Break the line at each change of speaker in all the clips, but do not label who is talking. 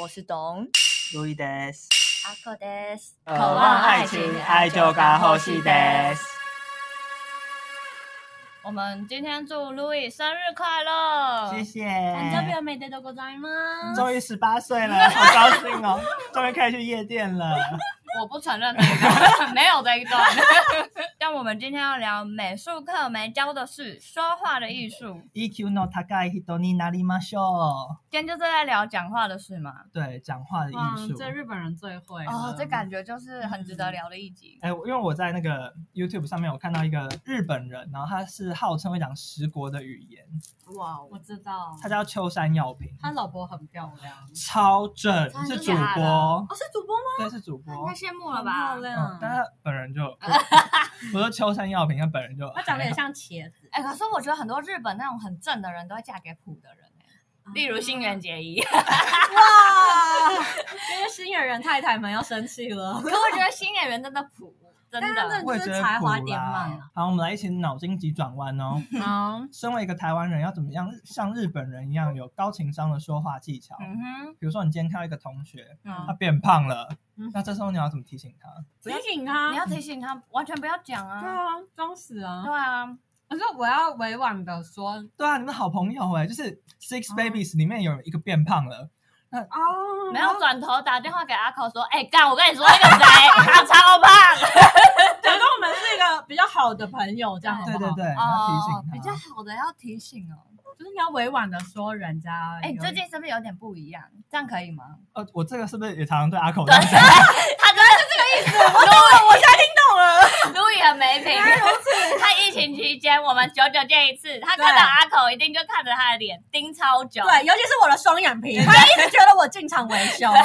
我是董
路易德斯，
阿克德斯，
渴望爱情，爱就该呼吸德。
我们今天祝 Louis 生日快乐！
谢谢。
안녕매대도고자이마
终于十八岁了，好高兴哦！终于可以去夜店了。
我不承认这一段，没有这一段。 但我们今天要聊美术课没教的事——说话的艺术。
EQ no takai hitoni nari m a s h o
今天就是在聊讲话的事嘛。
对，讲话的艺术。
这日本人最会
哦
了，
这感觉就是很值得聊的一集。
哎，我因为我在那个 YouTube 上面有看到一个日本人，然后他是号称会讲十国的语言，
哇哦
我知道
他。叫秋山耀平，
他老婆很漂亮，
超正，
真的
嗯是主
假的
播，
哦，是主播吗？
对，是主播
太。羡慕
很
了吧
漂！
嗯
亮，
但他本人 就，我说秋山耀平，他本人就还好，
他长得也像茄子，
哎、可是我觉得很多日本那种很正的人都会嫁给普的人、欸，例如新垣结衣。
哇， 因为新演员太太们要生气了
可。我觉得新演员真的普，真
但他
的
们。
我也觉
就
得
是才华
苦
点
啦
满啊
好，我们来一起脑筋急转弯哦。
好，
身为一个台湾人，要怎么样 像日本人一样有高情商的说话技巧？
嗯哼，
比如说，你今天看到一个同学他
嗯，
变胖了，
嗯
那这时候你要怎么提醒他？
提醒他
你要提醒他，完全不要讲
对
啊。
啊，装死啊
对！啊，
嗯
可是我要委婉的说，
对啊，你们好朋友哎、就是《Six
哦
Babies》里面有一个变胖了，
哦
没有转头打电话给阿口说，哎、干，我跟你说那个谁， 他超胖。
假装我们是一个比较好的朋友，这样好不
对
好？
对对，你要提
哦
醒，他。
比较好的要提醒哦。
就是你要委婉的说人家。
哎、你最近是不是有点不一样？这样可以吗？
呃，我这个是不是也常常对阿口这
对，
样 讲？
他真的是这 个意思。我懂，我现在听懂
了。
路易很没 品，他疫情期间我们久久见一次，他看到阿口一定就看着他的脸盯超久。
对，尤其是我的双眼 皮，他一直觉得我进场维修，然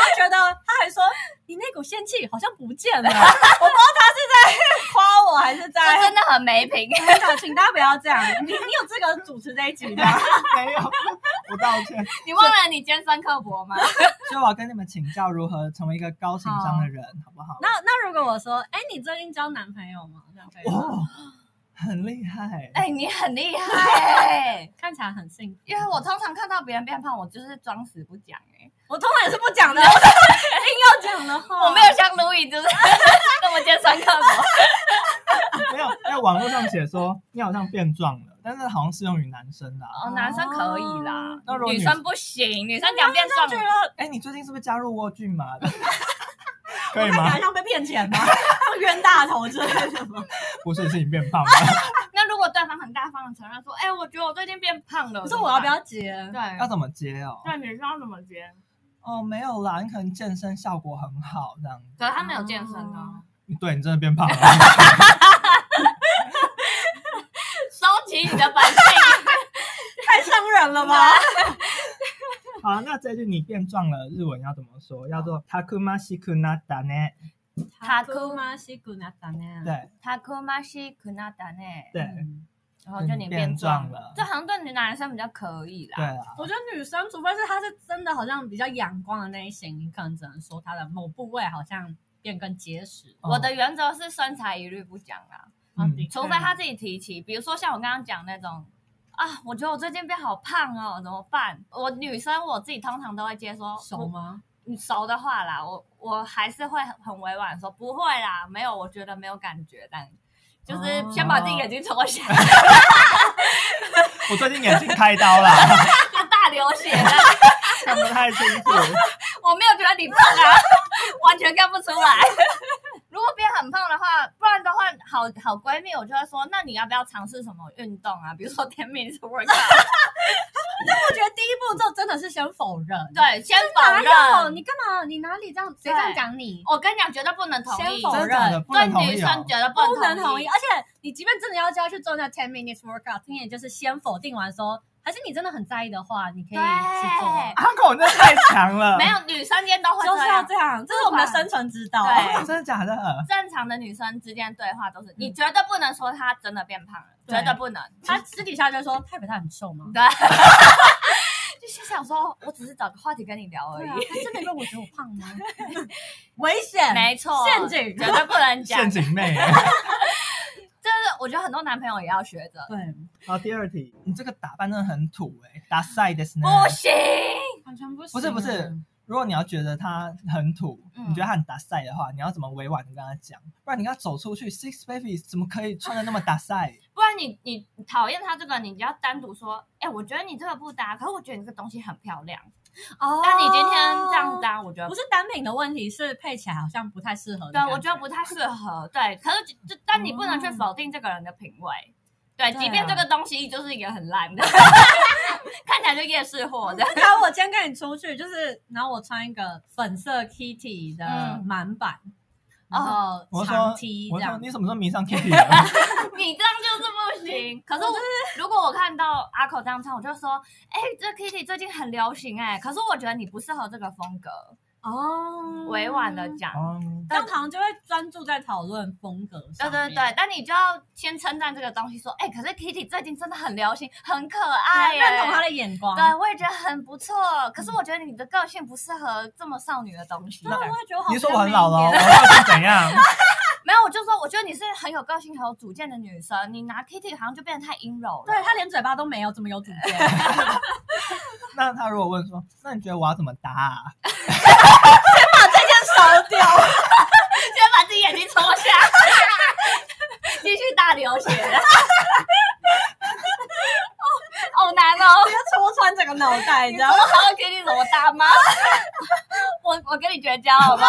后觉得他还说你那股仙气好像不见 了，我不知道他是在夸我还是
这
在。
真的很没 品。
真的，请大家不要这样。你你有资格主持这一集吗？
没有，我道歉。
你忘了你尖酸刻薄吗？
所以我要跟你们请教如何成为一个高情商的人，好 不好？
那那如果我说，哎，你最近交男朋友吗？这样可以吗？
哦，很厉害。
哎、你很厉害、
看起来很幸福。
因为我通常看到别人变胖，我就是装死不讲、哎，
我通常也是不讲 的，我是硬要讲的话。
我没有像路易就是 这么尖酸刻薄。
没有，因为网络上写说你好像变壮了，但是好像适用于男生啊啦。
哦，男生可以啦，
那如果
哦女
女
生不行，女生讲变壮
觉得
哎，你最近是不是加入蜗苣嘛？ 可
我
以
看起
吗
来？像被骗钱吗？像冤大头之类的吗？
不是，是你变胖了。
那如果对方很大方的承认说，哎、我觉得我最近变胖了，
可是 我要不要接？
怎
对
么办？
要
对，
怎么接哦？
对，女生要怎么接？
哦，没有啦，你可能健身效果很好这样。
可是他没有健身啊
哦，
对你真的变胖了，
收起你的反 省。
太伤人了吧？
好啊，那这句你变壮了，日文要怎么说？要做 takumashikunada 呢？
塔
塔
库
库马西古纳达呢？
对
塔库马西库纳达内，
对
嗯
然后就你
变
壮
壮了
这好像对女男生比较可以
对
啦。
啊，
我觉得女生，除非是她是真的好像比较阳光的那一型，你可能只能说她的某部位好像变更结实。
哦
我的原则是身材一律不讲啦，
嗯
的确
除非她自己提起，比如说像我刚刚讲那种。啊，我觉得我最近变好胖哦，怎么办？我女生我自己通常都会接说，
熟吗？
你熟的话啦，我我还是会很很委婉地说不会啦，没有，我觉得没有感觉，但就是
哦
先把自己眼睛戳 瞎，
我最近眼睛开刀啦，
就大流血了。
看不太清楚。
我没有觉得你胖啊， 完全看不出来。 如果变很胖的话，不然的话，好好闺蜜我就会说，那你要不要尝试什么运动啊？比如说 ten minutes workout，
我觉得第一步骤真的是先否认。
对，先否
哪有？
认。
你干嘛？你哪里这样？谁
对
这样讲你？
我跟你讲，绝对不能同意，
先否
真
认
的假的？不能同
对女
意哦
生。绝对
不能
能
同
同
意。。而且你即便真的要叫她去做那 ten minutes workout，你也就是先否定完说，还是你真的很在意的话，你可以去做。
对，
阿狗，你真的太强了。
没有女生间都会
就是
这
要
样。
这样，这是我们的生存之道。
对
真的假的？
正常的女生之间对话都是，你绝对不能说她真的变胖了，
对
绝嗯对不能。
他私底下就说：“佩佩他很瘦吗
对， 就是想说，我只是找个话题跟你聊？”而
对
已
啊，。他真的问我觉得我胖吗？ 危险，
啊没错，
陷阱
绝对不能 讲。
陷阱妹。
这是我觉得很多男朋友也要学着，
对，哦
好，第二题，你这个打扮真的很土哎、欸，打赛的是呢？
不行，
完全不行。
不是不是，如果你要觉得他很土，
嗯
你觉得他很打赛的话，你要怎么委婉的跟他讲？不然你跟他走出去，Six Baby 怎么可以穿的那么打赛？
不然你你讨厌他这个，你就要单独说，哎、我觉得你这个不搭，可是我觉得你这个东西很漂亮。
哦
但你今天这样，搭，我觉得
不是单品的问题，是配起来好像不太适合的
对啊
感。，哦
我觉得不太适合。对，可是就就但你不能去否定这个人的品味。对，
对啊
即便这个东西就是一个很烂的， 看起来就夜市货的。
假如我今天跟你出去，就是然后我穿一个粉色 Kitty 的
嗯
满版，然
哦
后
我
长
说
T 这
我说
样，
你什么时候迷上 Kitty 了？
你这样就是不行。可是我如果我看到阿口这样唱，我就说，哎、这 Kitty 最近很流行哎、可是我觉得你不适合这个风格。
哦
委婉的，讲，
哦，
这样好像就会专注在讨论风格
对
上
对
面。
对，但你就要先称赞这个东西，说，哎、可是 Kitty 最近真的很流行，很可爱耶。
认同他的眼光。
哎对，我也觉得很不错。可是我觉得你的个性不适合这么少女的东西。
那我会觉得我好
你说我很老了，哦
偏
我
民一点
到底是怎样？
没有，我就说，我觉得你是很有个性、很有主见的女生。你拿 Kitty 好像就变得太阴柔了。
对他连嘴巴都没有，怎么有主见？
那他如果问说，那你觉得我要怎么答啊？
烧掉。
先把自己眼睛戳瞎， 继续大流血。 哦，好难哦。
要戳穿整个脑袋，你知道
我
吗？
好好给你我大妈， 我我跟你绝交好吗？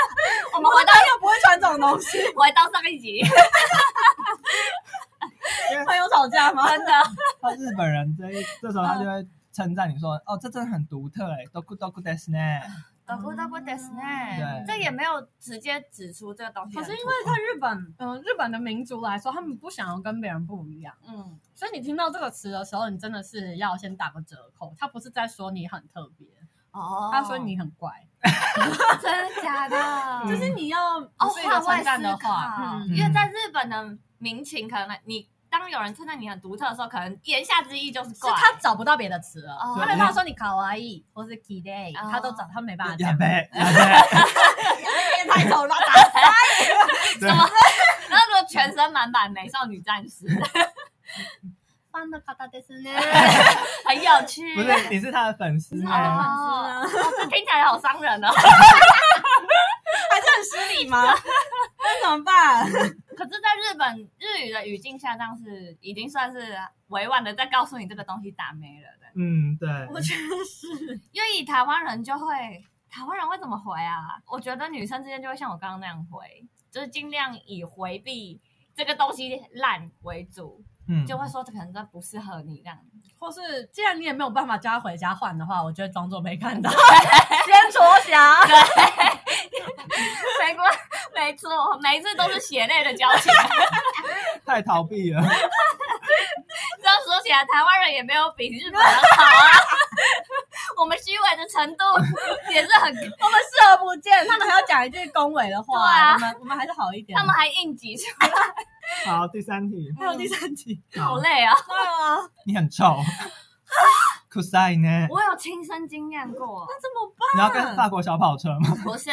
我们回到
又不会穿这种 东西，
回到上一集，
朋友吵架吗？
真的
他日本人这一这时候他就会称赞 你说，哦，这真的很独特哎，都酷都酷 d e s 呢。
搞过到过 d e s n
对
这也没有直接指出这个东西
可
很土。
是因为在日本，嗯、日本的民族来说，他们不想要跟别人不一样，
嗯，
所以你听到这个词的时候，你真的是要先打个折扣。他不是在说你很特别，
哦，
他说你很怪，
真的假的？
就是你要
哦，
不是一个
换位
称赞
思
的
考
话，，嗯，
因为在日本的民情，可能你当有人称赞你很独特的时候，可能言下之意就是
是
怪。
他找不到别的词了，
哦
他没办法说你卡哇伊或是 k i d a y
哦
他都找他没办法
亚
讲，
贝亚 贝，
变太丑了，哎
对，
然后如果全身满满美少女战士，
翻的卡达迪斯呢，
很有趣。
不是你是他的粉丝
是
呢
他的粉丝
哦，
啊
哦这听起来好伤人哦。
还是很失礼吗？那怎么办？
可是，在日本日语的语境下，这样是已经算是委婉的在告诉你这个东西打没了的。
嗯，对，
我觉得是，
因为以台湾人就会，台湾人会怎么回啊？我觉得女生之间就会像我刚刚那样回，就是尽量以回避这个东西烂为主，
嗯
就会说这可能这不适合你这样。
或是既然你也没有办法叫他回家换的话，我就会装作没看 到，先戳瞎。
没过，没错，每一次都是血泪的交情。啊
太逃避了。
这样说起来，台湾人也没有比日本人好啊。 我们虚伪的程度也是很高
我们视而不见，他们还要讲一句恭维的话，
对啊
我们我们还是好一点。
他们还硬挤出来，
好，第三题，
还有第三题，
好
好，
累啊！
对啊，
你很臭，酷塞呢？
我有亲身经验过，
那怎么办？
你要跟法国小跑车吗？
不是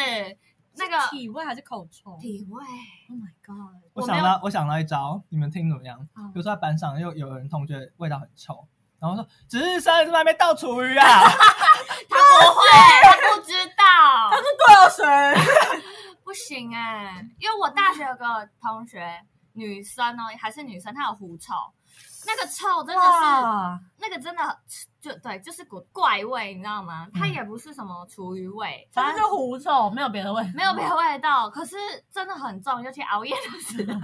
那
是
个
体味还是口臭
体味，
？Oh my god！
我没有
我想到，我想到一招，你们听怎么样？
嗯
比如说在班上又有人同学味道很臭，然后说值日生是外面倒厨余 啊，
他不会， 他不知
他
道
是，多少水？
不行哎、因为我大学有个同学，女生哦，还是女生，她有狐臭，那个臭真的是，
哇，
那个真的就对，就是股怪味，你知道吗？它
嗯
也不是什么厨余味，
他
反
们
正
就狐臭，没有别的味。
没有别的味道，可是真的很重，尤其熬夜的时 候，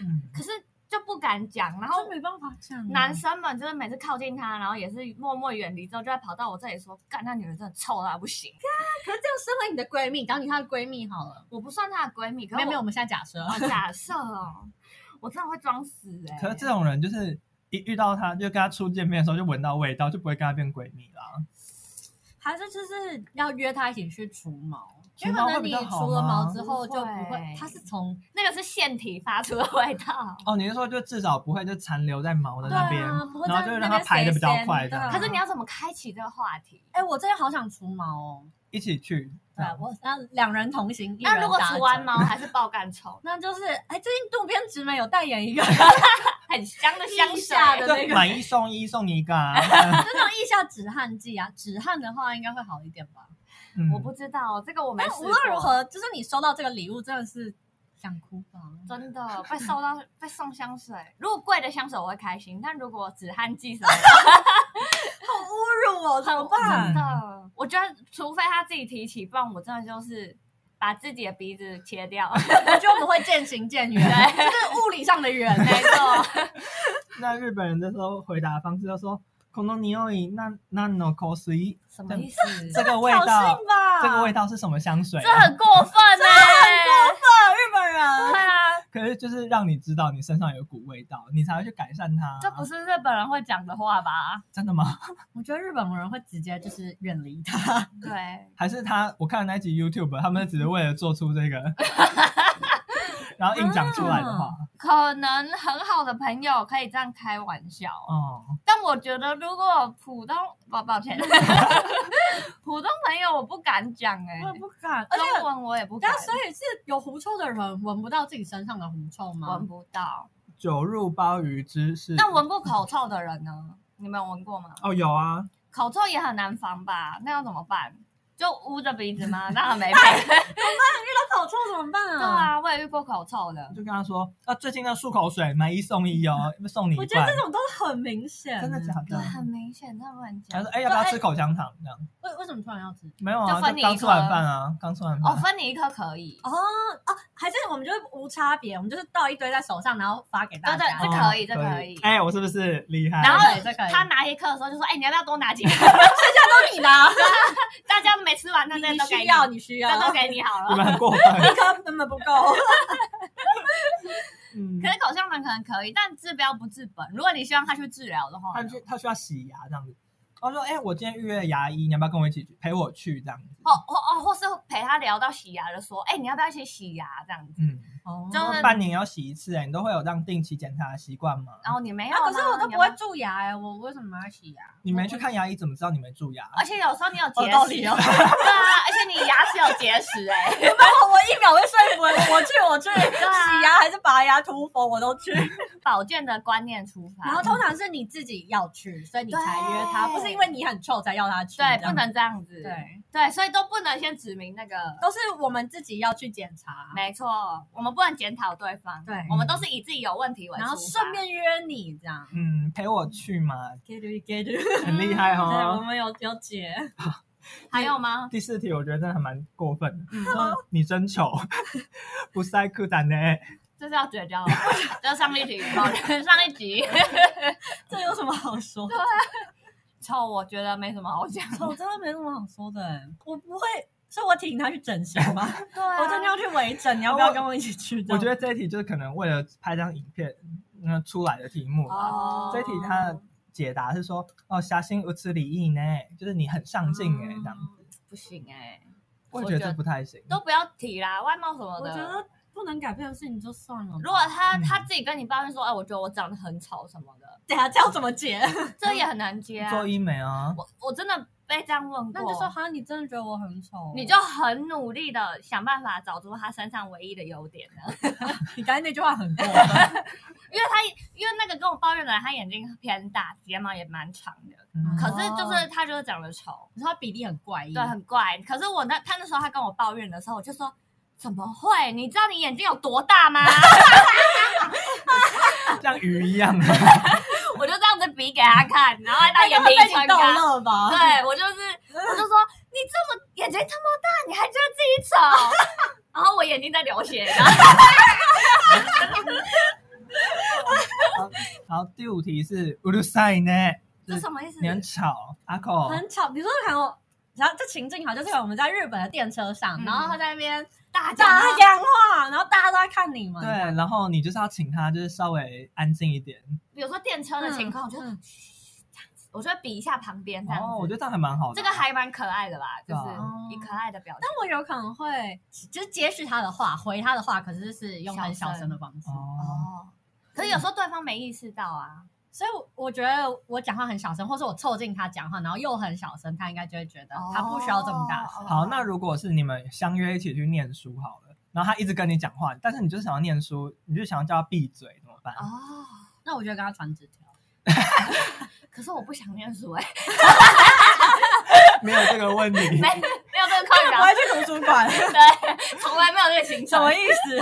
嗯，
可是就不敢讲，然后
真没办法讲啊
男生们就是每次靠近他，然后也是默默远离之后，就会跑到我这里说：“干，那女人真的臭到不行。
可是这样，身为你的闺蜜，当你她的闺蜜好了”。
我不算她的闺蜜，可
没
是
有没有，
我
我们现在假设，
哦假设哦，我真的会装死哎、
可是这种人就是一遇到他，就跟他初见面的时候就闻到味道，就不会跟他变闺蜜啦。
还是就是要约她一起去除毛，
除
因为
毛
可
会
能
比
你
较好
除了毛
吗
之后就不
不会
会，她是从
那个是腺体发出的味 道。
哦，你是说就至少不会就残留在毛的
对
那边？
啊，不会
然后就会
在那
让它
边
排得
谁
比较
先
快这样
可是你要怎么开启这个话题？
哎，我最近好想除毛哦，
一起去，这
对啊
样
我想两人同行，一
那
人
如果
打
除完
折
毛还是爆干臭
，那就是哎，最近渡边直美有代言一个
很香的香
地
水
下啊的
就买一送一，送你一个 啊！
就那种腋下止汗剂啊，止汗的话应该会好一点吧。
嗯
我不知道这个我没
但
试
无
过。
论如何，就是你收到这个礼物真的是想哭吧。
真的被收 到被送香水，如果贵的香水我会开心，但如果止汗剂什么的，
侮辱 哦我怎么办？
真的，我觉得除非他自己提起，不然我真的就是把自己的鼻子切 掉。
我觉得我们会渐行渐 远，就是物理上的远。
没错，
那日本人这时候回答的方式就说“この匂い那那の香水
什么意思？”，
这个味
挑
道
衅，吧，
这个味道是什么香水啊？
这很过分呢、欸！
道，日本人。
对啊，
可是就是让你知道你身上有股味道，你才会去改善它。 啊
这不是日本人会讲的话吧？
真的吗？
我觉得日本人会直接就是远 离他，
对，
还是他？我看了那一集 YouTube，他们只是为了做出 这个，然后硬讲出来的话。
可能很好的朋友可以这样开玩笑，啊
哦，
但我觉得如果普通，抱抱歉， 普通朋友我不敢讲哎、
我也不敢，而且。
中文我也不敢
那，所以是有狐臭的人闻不到自己身上的狐臭吗
闻？不到。
酒入鲍鱼之是。
那闻过口臭的人呢？你们有闻过吗？
哦有啊，
口臭也很难防吧？那要怎么办？就捂着鼻子 吗？当然没办法。
那口臭怎么办
对？啊，我也遇过口臭的
我。就跟他说啊，最近那漱口水买一送一哦，送你一
我觉得
罐。
这种都很明显，
真的假的
对，很明显，他们
他
讲
说哎，要不要吃口香糖？这样
为为什么突然要吃？
没有啊，
就分你一
刚吃完饭啊，刚吃完
哦，
饭。
分你一颗可以，
哦哦，还是我们就是无差别，我们就是倒一堆在手上，然后发给大
对
家。
对，这
哦
可以，这可以。
哎，我是不是厉害？
然后
这可以
他拿一颗的时候就说：“哎，你要不要多拿几颗？
都你拿，
大家没吃完，那这
你
都给
需要，你啊需要，
这都给你好
你
了。
们 很过分。
一颗根本不够。
嗯
可，是口香糖可能可以，但治标不治本。如果你希望他去治疗的话
他
呢，
去他需要洗牙这样子。他说：“哎、我今天预约牙医，你要不要跟我一起去陪我去这样子？”
或或哦，或是陪他聊到洗牙的，说：“哎，你要不要一起洗牙？”这样子。
嗯，
哦
就
半年要洗一次、哎，你都会有这样定期检查的习惯吗？
然后你没有
啊，
吗，
可是我都
你
不
要
会
吗。
蛀牙哎，我为什么要洗牙？
你没去看牙医，怎么知道你没蛀牙？
而且有时候你有结
有道理
石，
哦
对啊，而且你牙齿有结石哎、
没有， 我一秒就说服了我去，我 去
啊
洗牙还是拔牙、涂氟我都去。
保健的观念出发，
然后通常是你自己要去，所以你才约他，
对
不是因为你很臭才要他去。
对
这样
不能这样子，
对，
对，所以都不能先指明那个，
都是我们自己要去检查，
没错，我们不能检讨对方，
对
我们都是以自己有问题为出
然
发，
后顺便约你这样。
嗯，陪我去嘛，
get it get it，
很厉害
对，我
哦。
们有有解。
还有吗？
第四题我觉得真的还蛮过分的，
嗯
说你真丑， 不塞裤欸胆呢。
这是要绝 交了，这是上一集，抱歉上一集，
这有什么好说？的？
臭我觉得没什么好讲，
我真的没什么好说的欸，我不会，所以我挺他去整形 吧，
对、啊
我真的要去微整，你要不要跟我一起去？
我觉
得
得这一题就是可能为了拍张影片，那、出来的题目啦。
哦
这一题它的解答是说，哦，侠心无耻礼义呢，就是你很上进
哦欸
哎、这样。
嗯
不行
欸
哎、
我也觉得这不太行。
都不要提啦，外貌什么
我
的，
觉得不能改变的事情就算了吧。
如果他
嗯
他自己跟你抱怨说，哎，我觉得我长得很丑什么的，
等下这样怎么解？
这也很难接啊。
做医美啊，
我我真的被这样问过，
那就说哈，你真的觉得我很丑？
你就很努力的想办法找出他身上唯一的优点呢，
你刚才那句话很过 分，
因为他因为那个跟我抱怨的人，他眼睛偏大，睫毛也蛮长的，
嗯
可是就是
哦
他就是长得丑，
你说他比例很怪异。
对，很怪。可是我那他那时候他跟我抱怨的时候，我就说。怎么会？你知道你眼睛有多大吗？
像鱼一样。啊
我就这样子比给他看，然后他当眼皮
被
穿
你
高
逗。乐吧？
对我就是，我就说你这么眼睛这么大，你还觉得自己丑？ 然后我眼睛在流血，然后
然后第五题是乌鲁塞呢，
这什么意思？
你很吵，阿口，
很吵。比如说还有，然后这情境好，就是我们在日本的电车上，
嗯
然后他在那边
大家
大讲话，然后大家都在看你们。
对，然后你就是要请他就是稍微安静一点。
比如说电车的情况，我就
嗯
我就会比一下旁边这样
哦，我
子。
觉得这样还蛮好的。
这个还蛮可爱的吧，就
对啊
是以可爱的表情
但。我有可能会就是接续他的话，回他的话，可是是用很小声的方式。
哦，
哦，可是有时候对方没意识到啊。
所以我我觉得我讲话很小声，或是我凑近他讲话，然后又很小声，他应该就会觉得他不需要这么大声。
声
好，那如果是你们相约一起去念书好了，然后他一直跟你讲话，但是你就是想要念书，你就想要叫他闭嘴，怎么办？
哦，
那我就跟他传纸条。
可是我不想念书哎、
没有这个问题。
没没有这个困
我
扰，
还去图书馆，
对，从来没有这个行
什
程。
么意思？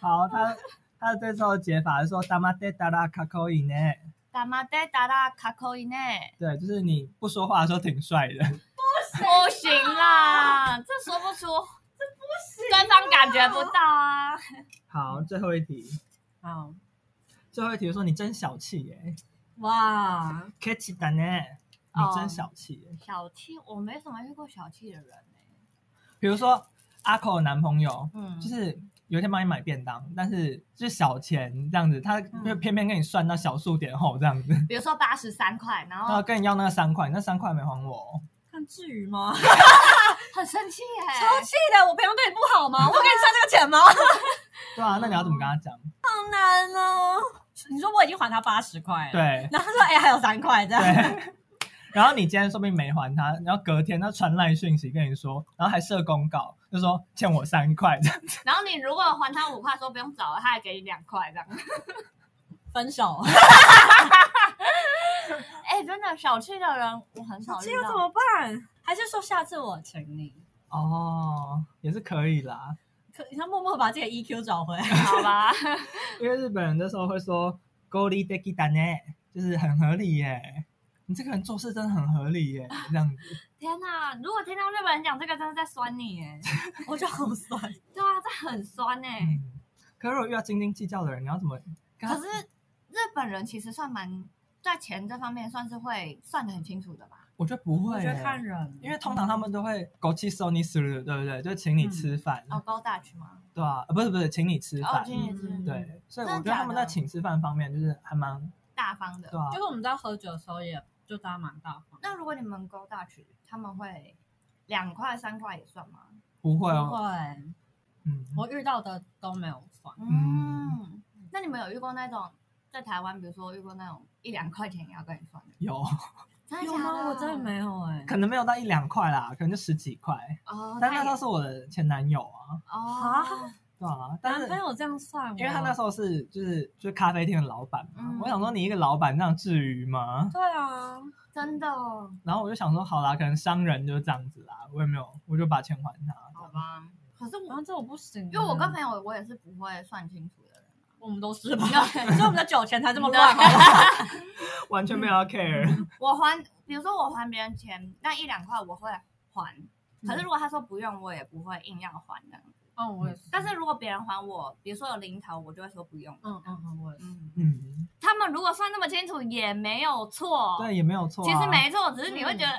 好，他他这时候解法是说 d a m a d e d a a k a k o i ne，
打麻袋打打卡扣以内，
对，就是你不说话的时候挺帅的。
不行啦，这说不啊出，这不行，对方感觉不到啊。
好，最后一题，
好
最后一题说你真小气耶
哇，
，catch 的呢，你真小气耶。
小气，我没什么遇过小气的人哎、
比如说阿口的男朋友，
嗯
就是有一天帮你买便当，但是就是小钱这样子，他就
嗯
偏偏跟你算到小数点后这样子，
比如说八十三块，然
然后
后
跟你要那个三块，那三块没还我哦。
看至于吗？
很生气哎、
超气的！我平常对你不好吗？我给你算这个钱吗？好
对啊，那你要怎么跟他讲？
难哦！ 你说我已经还他八十块了，。
对
然后他说：“哎、还有三块这样。
对。然后你今天说不定没还他，然后隔天他传来讯息跟你说，然后还设公告，就说欠我三块，
然后你如果还他五块，说不用找了，他还给你两块这样。
分手，
哎、真的小气的人我很少
这
遇
要怎
到。
么办？还是说下次我请你？
哦，也是可以啦。
可你要默默把自己的 EQ 找回来。
好吧，
因为日本人那时候会说 g o l i d e k i d a n 就是很合理耶。你这个人做事真的很合理耶，这 样子。
天哪！如果听到日本人讲这个，真的在酸你哎、
我就好酸，
对啊，这很酸哎、
嗯可是如果遇到斤斤计较的人，你要怎么跟他？
可是日本人其实算蛮在钱这方面算是会算的很清楚的吧？
我觉得不
我
会
觉
耶，
得看人，啊
因为通常他们都会 go chi so ni s 对不对？就请你
嗯
吃饭，
哦，高大去吗？
对啊，呃不是嗯不是，请你吃
哦
饭，，
今年是
嗯
对，所以我
真的
觉得他
假
们
的
在请吃饭方面就是还蛮
大方的
对。啊
就，是我们在喝酒的时候，也就大家蛮大方。
那如果你们勾大去，他们会两块三块也算吗？
不会
不
哦，
会，
嗯，
我遇到的都没有算。
嗯
嗯，那你们有遇过那种在台湾，比如说遇过那种一两块钱也要跟你算的？
有，
真
有吗？我真的没有哎、
可能没有到一两块啦，可能就十几块，
哦，
但
他
那时候
也
是我的前男友啊，
哦，
对啊，但
男
是
朋友这样算我，
因为他那时候是就是就是咖啡店的老板嘛
嗯，
我想说你一个老板这样至于吗？
对啊，
真的哦，
然后我就想说好啦，可能商人就是这样子啦，我也没有，我就把钱还他，
好吧。可是
然
我
后这我不行啊，
因为我跟朋友，我也是不会算清楚的人。
我们都是吧，哦所以我们的酒钱才这么 乱。
完全没有
嗯
要 care，
我还，比如说我还别人钱，那一两块我会还。可是
嗯
如果他说不用，我也不会硬要还这样子。
嗯，我也是，
但是如果别人还我，比如说有零头，我就会说不用。
嗯嗯嗯，我也是。
嗯，
嗯，
他们如果算那么清楚也没有错，
对，也没有错啊，
其实没错，只是你会觉得、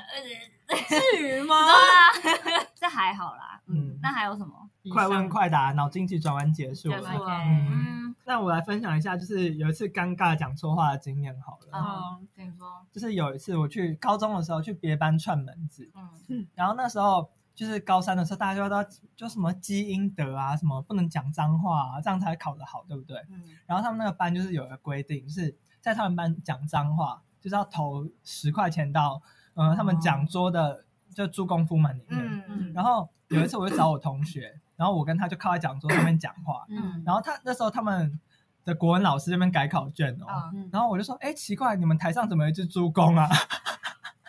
至于吗？
呃，对啊， 这还好啦。
嗯
嗯，那还有什么？
快问快答，脑筋急转弯结束
结
了
束。
OK
了。
嗯
嗯，
那我来分享一下，就是有一次尴尬讲错话的经验好了。
啊
嗯，
跟你说，
就是有一次我去高中的时候去别班串门子，
嗯
然后那时候就是高三的时候，大家就要到就什么积阴德啊，什么不能讲脏话啊，这样才考得好，对不对？
嗯，
然后他们那个班就是有一个规定，是在他们班讲脏话就是要投十块钱到嗯、呃他们讲桌的就助攻夫们里面。
嗯
然后有一次我就找我同学，然后我跟他就靠在讲桌上面讲话，
嗯，
然后他那时候他们的国文老师这边改考卷哦，
啊，
嗯
然后我就说，哎，奇怪，你们台上怎么有一只猪公啊？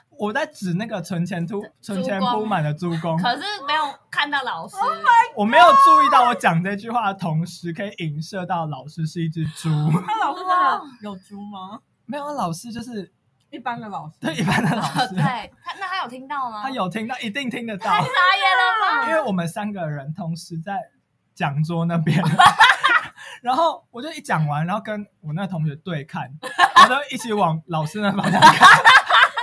我在指那个存钱突存钱铺满的猪公，
可是没有看到老师，
哦我没有注意到我讲这句话的同时，可以影射到老师是一只猪。
他老师真的有猪吗？
没有，老师就是
一般的老师，
对一般的老 师，
对啊他，那他有听到吗？
啊他有听到，一定听得到，
太傻眼了 吧？
因为我们三个人同时在讲桌那边。 然后我就一讲完，然后跟我那个同学对看，然后就一起往老师那方向看。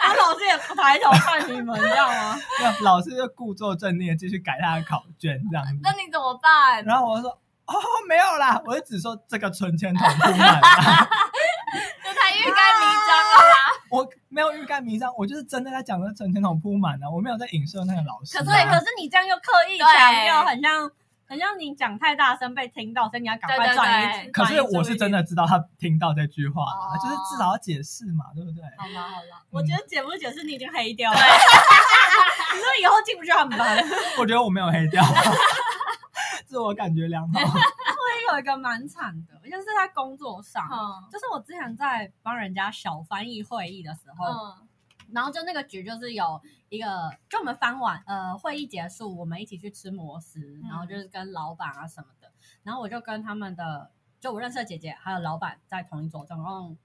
他老师也抬头看你们，你知道吗？
那老师就故作镇定的继续改他的考卷这样
那
子。
你怎么办？
然后我就说哦没有啦，我就只说这个存钱筒不满啦，
这太欲盖弥彰了吧？
我没有欲盖弥彰，我就是真的在讲那存钱筒铺满啊了，我没有在影射那个老师啊。
可
对，可是你这样又刻意强调，
对
很像很像你讲太大声被听到，所以你要赶
对
快
对
转移。
对
可是
转移注意
我是真的嗯
力。
知道他听到这句话啊，
哦
就是至少要解释嘛，对不对？
好啦好啦，
我觉得解不解释你已经黑掉 了，你说以后进 不去他们班，
我觉得我没有黑掉，自我感觉良好。
会有有一个蛮惨的，就是在工作上，
嗯
就是我之前在帮人家小翻译会议的时候，
嗯
然后就那个局就是有一个，就我们翻完呃会议结束，我们一起去吃摩斯，然后就是跟老板啊什么的，然后我就跟他们的就我认识的姐姐还有老板在同一桌，总共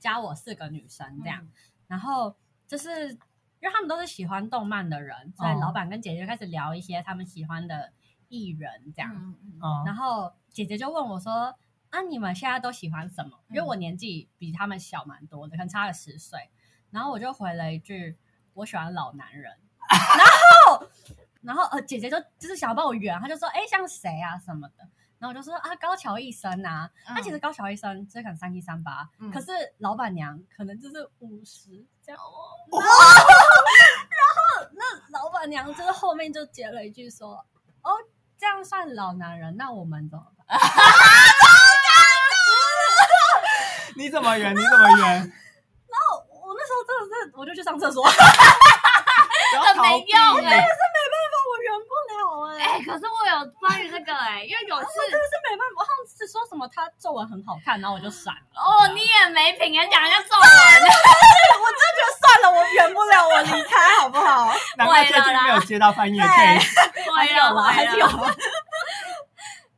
加我四个女
嗯
生这样，然后就是因为他们都是喜欢动漫的人，所以
哦
老板跟姐姐就开始聊一些他们喜欢的艺人这样，
嗯
啊
然后姐姐就问我说：“啊，你们现在都喜欢什么？”因为我年纪比他们小蛮多的，可能差了十岁。然后我就回了一句：“我喜欢老男人。”然后，然后呃，姐姐就就是想要帮我圆，她就说：“哎，像谁啊什么的。”然后我就说：“啊，高桥一生啊。那、其实高桥一生这可能三七三八，
嗯
可是老板娘可能就是五十这样。哦然后，然后那老板娘就是后面就接了一句说：“哦，这样算老男人，那我们怎么办？
你怎么圆？你怎么圆？
哦，我那时候真的是，我就去上厕所，
不要
很
逃
没
避
用哎、
我忍不了哎、
哎、可是我有关于这个哎、因为有 次
真的是没办法，他们是说什么他皱纹很好看，然后我就闪了。
哦，你也没品，人家人家揍我，
算了，我忍不了，我离开好不 好？
难怪最近没有接到翻译的 case。
毁了
了，还是
毁
有
了。。啊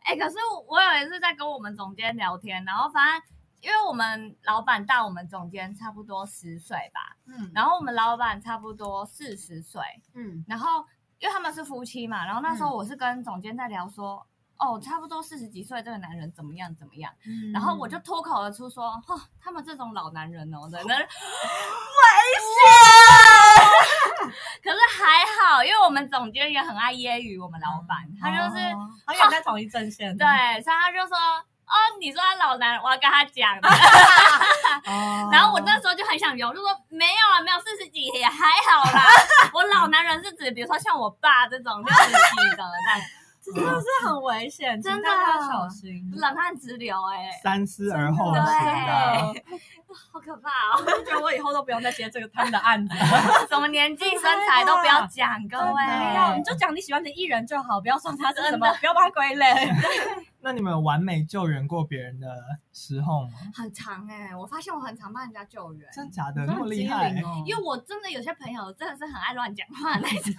哎、可是我有一次在跟我们总监聊天，然后反正因为我们老板大我们总监差不多十岁吧，
嗯
然后我们老板差不多四十岁，
嗯
然后因为他们是夫妻嘛，然后那时候我是跟总监在聊说，哦，差不多四十几岁这个男人怎么样怎么样，
嗯
然后我就脱口而出说，哦，他们这种老男人哦，真的危险。 可是还好，因为我们总监也很爱揶揄我们老板，他就是、
哦好像在同一阵线。
对，所以他就说。哦，你说他老男人，我要跟他讲的。
哦
然后我那时候就很想游，就说没有啊，没有四十几也还好啦。 我老男人是指比如说像我爸这种六十几的，但
这真的是很危险，
真的
请大家小心。
冷汗直流哎、
三思而后
真
行
的
啊！
好可怕哦！
我就觉得我以后都不用再接这个他们的案子，
什么年纪、身材都不要讲，各
真的要你
位。
就讲你喜欢的艺人就好，不要说他是什
真
么
的，
不要把他归类。
那你们有完美救援过别人的时候吗？
很长哎、我发现我很常帮人家救援，
真假的那么厉害？
哦
因为我真的有些朋友真的是很爱乱讲话那种。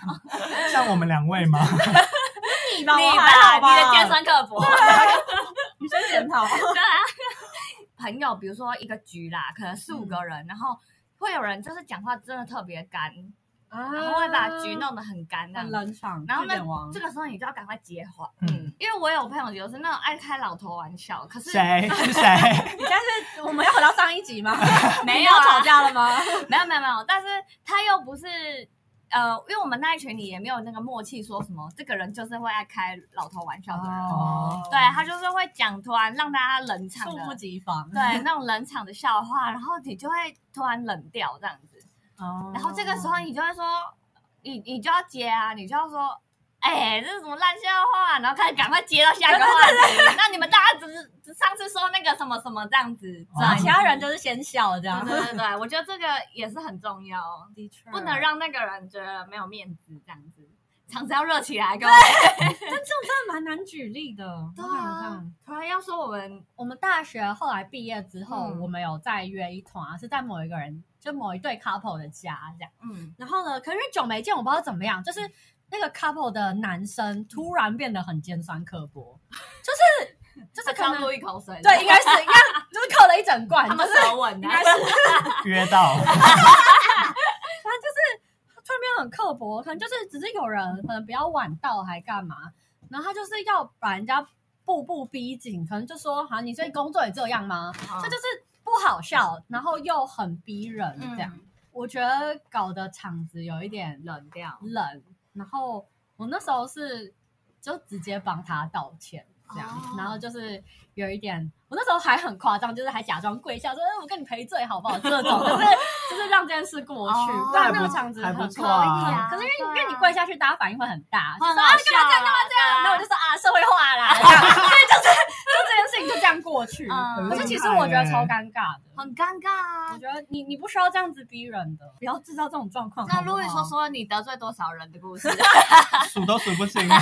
像我们两位吗？
你吧，
你
我还好吧，
你的尖酸刻薄。
你先检讨。
对啊，朋友，比如说一个局啦，可能四五
嗯
个人，然后会有人就是讲话真的特别干，然后会把局弄得很干那
啊
样。
很冷场，
然后呢
据点王，
这个时候你就要赶快接话，
嗯
嗯，因为我有朋友就是那种爱开老头玩笑，可是
谁是谁？
你现在是我们要回到上一 集吗？
没
你
有
要
啊
吵架了吗？
没有没有没有，但是他又不是呃，因为我们那一群里也没有那个默契，说什么这个人就是会爱开老头玩笑的人，
哦
对他就是会讲突然让大家冷场
猝不
的，
及防。
对那种冷场的笑话，然后你就会突然冷掉这样子，
哦
然后这个时候你就会说，你你就要接啊，你就要说。哎、这是什么烂笑话？啊然后开始赶快接到下一个话题。那你们大家只是只上次说那个什么什么这样子，这
然
样
后其他人就是先笑这样，
对对对，我觉得这个也是很重要哦。
的确
不能让那个人觉得没有面子，这样子，场子要热起来，各
啊
位。
真的蛮难举例的。
对
我想想
啊
看，
突然要说我们，
我们大学后来毕业之后，
嗯
我们有再约一团啊，是在某一个人就某一对 couple 的家这样。
嗯，
然后呢，可是因为久没见，我不知道怎么样，就是那个 couple 的男生突然变得很尖酸刻 薄，就是就是
这
可
刚
能
出一口水，
对，应该是 应该就是嗑了一整罐，
他
就
们
是
舌吻的
应，该是
约到
反正就是突然变得很刻薄，可能就是只是有人可能比较晚到还干嘛，然后他就是要把人家步步逼紧，可能就说好，你最近工作也这样吗？
好
这嗯就是不好笑，然后又很逼人这样。
嗯
我觉得搞得场子有一点
冷掉，
冷，然后我那时候是就直接帮他道歉。这样
哦
然后就是有一点，我那时候还很夸张，就是还假装跪下说：“哎我跟你赔罪好不好？”这种，就是就是让这件事过去，
哦
不然那
那还
个
不
场子
还
很
不错
可以
啊
啊。
可是因为
对啊
因为你跪下去，大家反应会很大，就
很
说
好
啊你干嘛这样
笑
干嘛这样，
啊
然后我就说啊社会化 啦，这样所以就是就这件事情就这样过去。
嗯
可是其实我觉得超尴尬的，
很尴尬
我
啊。
觉得你你不需要这样子逼人的，不要制造这种状况。
那
好不好
路 易说，说你得罪多少人的故事？
数都数不清，啊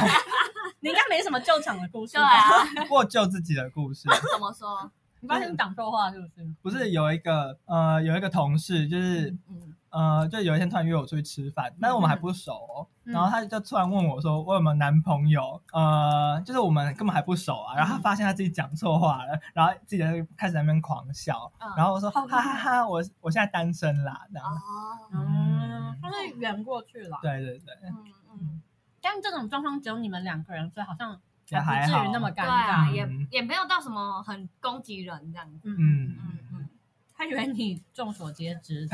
你应该没什么救场的故事
对
吧？
啊，
我有救自己的故事，
怎么说？
你发现你讲错话是不是？
不是有一个呃有一个同事，就是
嗯，
呃就有一天突然约我出去吃饭，但是我们还不熟哦、
嗯
然后他就突然问我说我有没有男朋友，呃就是我们根本还不熟啊，然后他发现他自己讲错话了，然后自己在那边开始在那边狂笑，
嗯
然后我说
好
哈
厉
哈
害
哈哈，我我现在单身啦，这样，
哦，
嗯，他是圆过去了。
对对
哦
对，
嗯嗯，
但这种状况只有你们两个人，所以好像
也
还
还
不
好，
至于那么尴
对啊，
尬。
也
嗯
也没有到什么很攻击人这样子。
嗯，
嗯，
嗯嗯，
他以为你众所皆 知。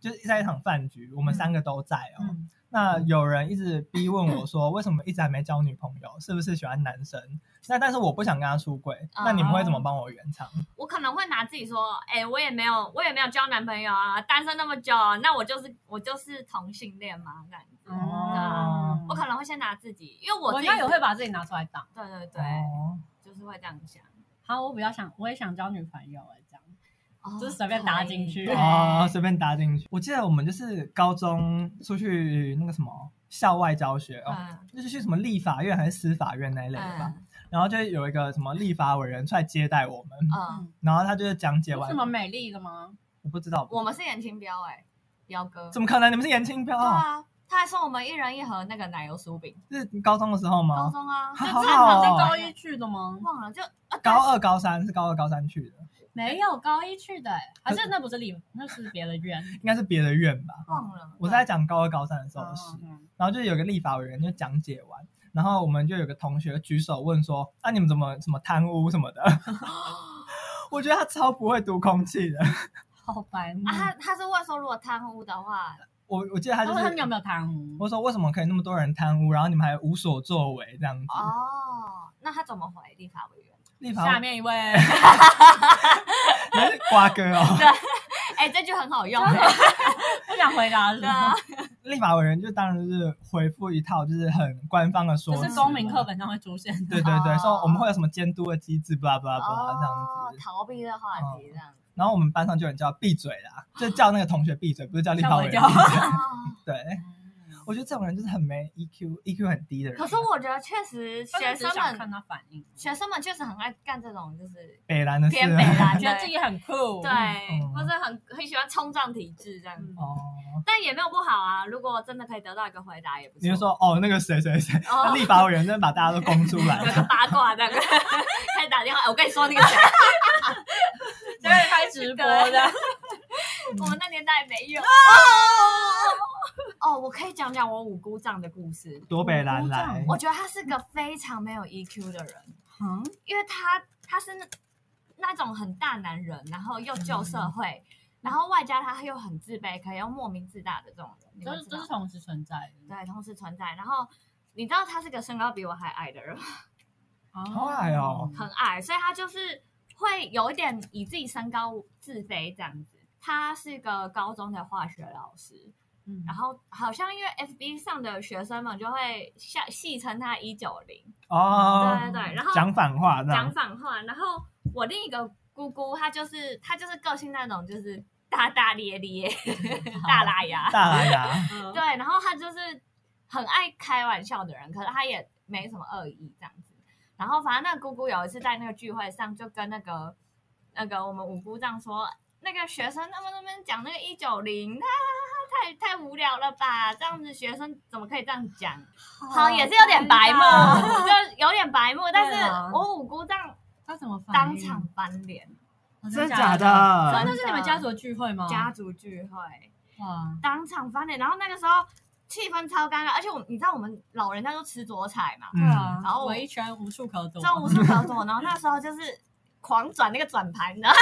就是在一场饭局，我们三个都在哦。
嗯，
那有人一直逼问我说，为什么一直还没交女朋
嗯
友？是不是喜欢男生？那但是我不想跟他出轨，
哦
啊
那你们会怎么帮我圆场？
我可能会拿自己说，哎、我也没有，我也没有交男朋友啊，单身那么久，那我就是我就是同性恋嘛，这样子。
哦
我可能会先拿自己，因为我
嗯我
自己
应该也会把自己拿出来当。
对对对，
哦，
就是会这样想，
好，我比较想，我也想交女朋友哎，这样。
哦
就是随便搭进去啊
对
哦，随便搭进去。我记得我们就是高中出去那个什么校外教学哦，
嗯
就是去什么立法院还是司法院那一类的吧。
嗯
然后就有一个什么立法委员出来接待我们，
嗯，
然后他就是讲解
有
完
哦什，么美丽的吗？
我不知道，
我们是言情标哎、彪哥，
怎么可能？你们是言情标
对？啊，他还送我们一人一盒那个奶油酥饼，
是高中的时候吗？
高中啊，
哦好
就是
好
是你们在
哦
高一去的吗？
忘了就啊
高二、高三是高二、高三去的，
没有，高一去的哎，还是那不是你，那是别的院。
应该是别的院吧。
忘了，
我是在讲高二、高三的时候的事，
嗯
然后就有个立法委员就讲解完，然后我们就有个同学举手问说：“啊，你们怎么什么贪污什么 的？”我觉得他超不会读空气的。
好白目
嗯
啊，。他他是问说如果贪污的话，
我我记得他
他
就
问他们有
是
没有贪污？
我说为什么可以那么多人贪污，然后你们还无所作为这样子。
哦，那他怎么回立法委员？
立法
下
委
面 一位，
员是瓜哥 哦，
哎、这句很好用、哎
不想回答是
对啊
吗？
立法委员就当然是回复一套就是很官方的说
这
辞，
是公民课。本上会出现的。
对对对，
哦
说我们会有什么监督的机制，巴拉巴拉巴拉这样子。
逃避的话题这样子。
然后我们班上就有人叫闭嘴啦，就叫那个同学闭嘴，不是叫立法委员
吓我
闭
一
嘴。
哦
对，
嗯
我觉得这种人就是很没 E EQ，EQ 很低的人。
可是我觉得确实学
但是只
生
想看
们
他反应，
学生们确实很爱干这种，就是
北兰的事啊
偏北 啦，
觉得自己很酷。
对
嗯，
或者很很喜欢冲撞体制这样子。
嗯
哦，
但也没有不好啊，如果真的可以得到一个回答，也不错。
你就说哦，那个谁谁谁，
哦
那立法委员真的把大家都供出 来
有个
了。
八卦那个，开始打电话，哎我跟你说那个谁，
就会开直播的。
啊
我们那年代没 有。哦，我可以讲讲我五姑丈的故事。
多北兰来，
我觉得他是个非常没有 EQ 的人。
嗯，
因为他他是那那种很大男人，然后又旧社
嗯
会，然后外加他又很自卑，可能又莫名自大的这种人，你
就
们
是
知
就
道
是同时存在的。
对同时存在。然后你知道他是个身高比我还矮的人，
好矮哦
很矮，所以他就是会有一点以自己身高自卑这样子。他是个高中的化学老师，
嗯
然后好像因为 FB 上的学生们就会笑戏称他一九零，
哦，
对对对，然后
讲反话这
讲
样。
反话。然后我另一个姑姑，她就是她就是个性那种，就是大大咧咧、 大拉牙，
大来 呀，
嗯
对。然后她就是很爱开玩笑的人，可是她也没什么恶意这样子。然后反正那个姑姑有一次在那个聚会上，就跟那个那个我们五姑丈说。那个学生他们那边讲那个一九零，啊太太无聊了吧？这样子学生怎么可以这样讲？好，也是有点白目，
哦 尴尬
就有点白目。但
对啊
是我五姑丈
他怎么反
当
应
场翻脸，
哦
真
真
的假
的？
真的？
的
那是你们家族的聚会吗？
家族聚会
嗯
哇，
当场翻脸，然后那个时候气氛超尴尬，而且我你知道我们老人家都吃左彩嘛，
嗯
对啊，
然后我
我一圈无处可躲，
中午是小左，然后那时候就是狂转那个转盘，然后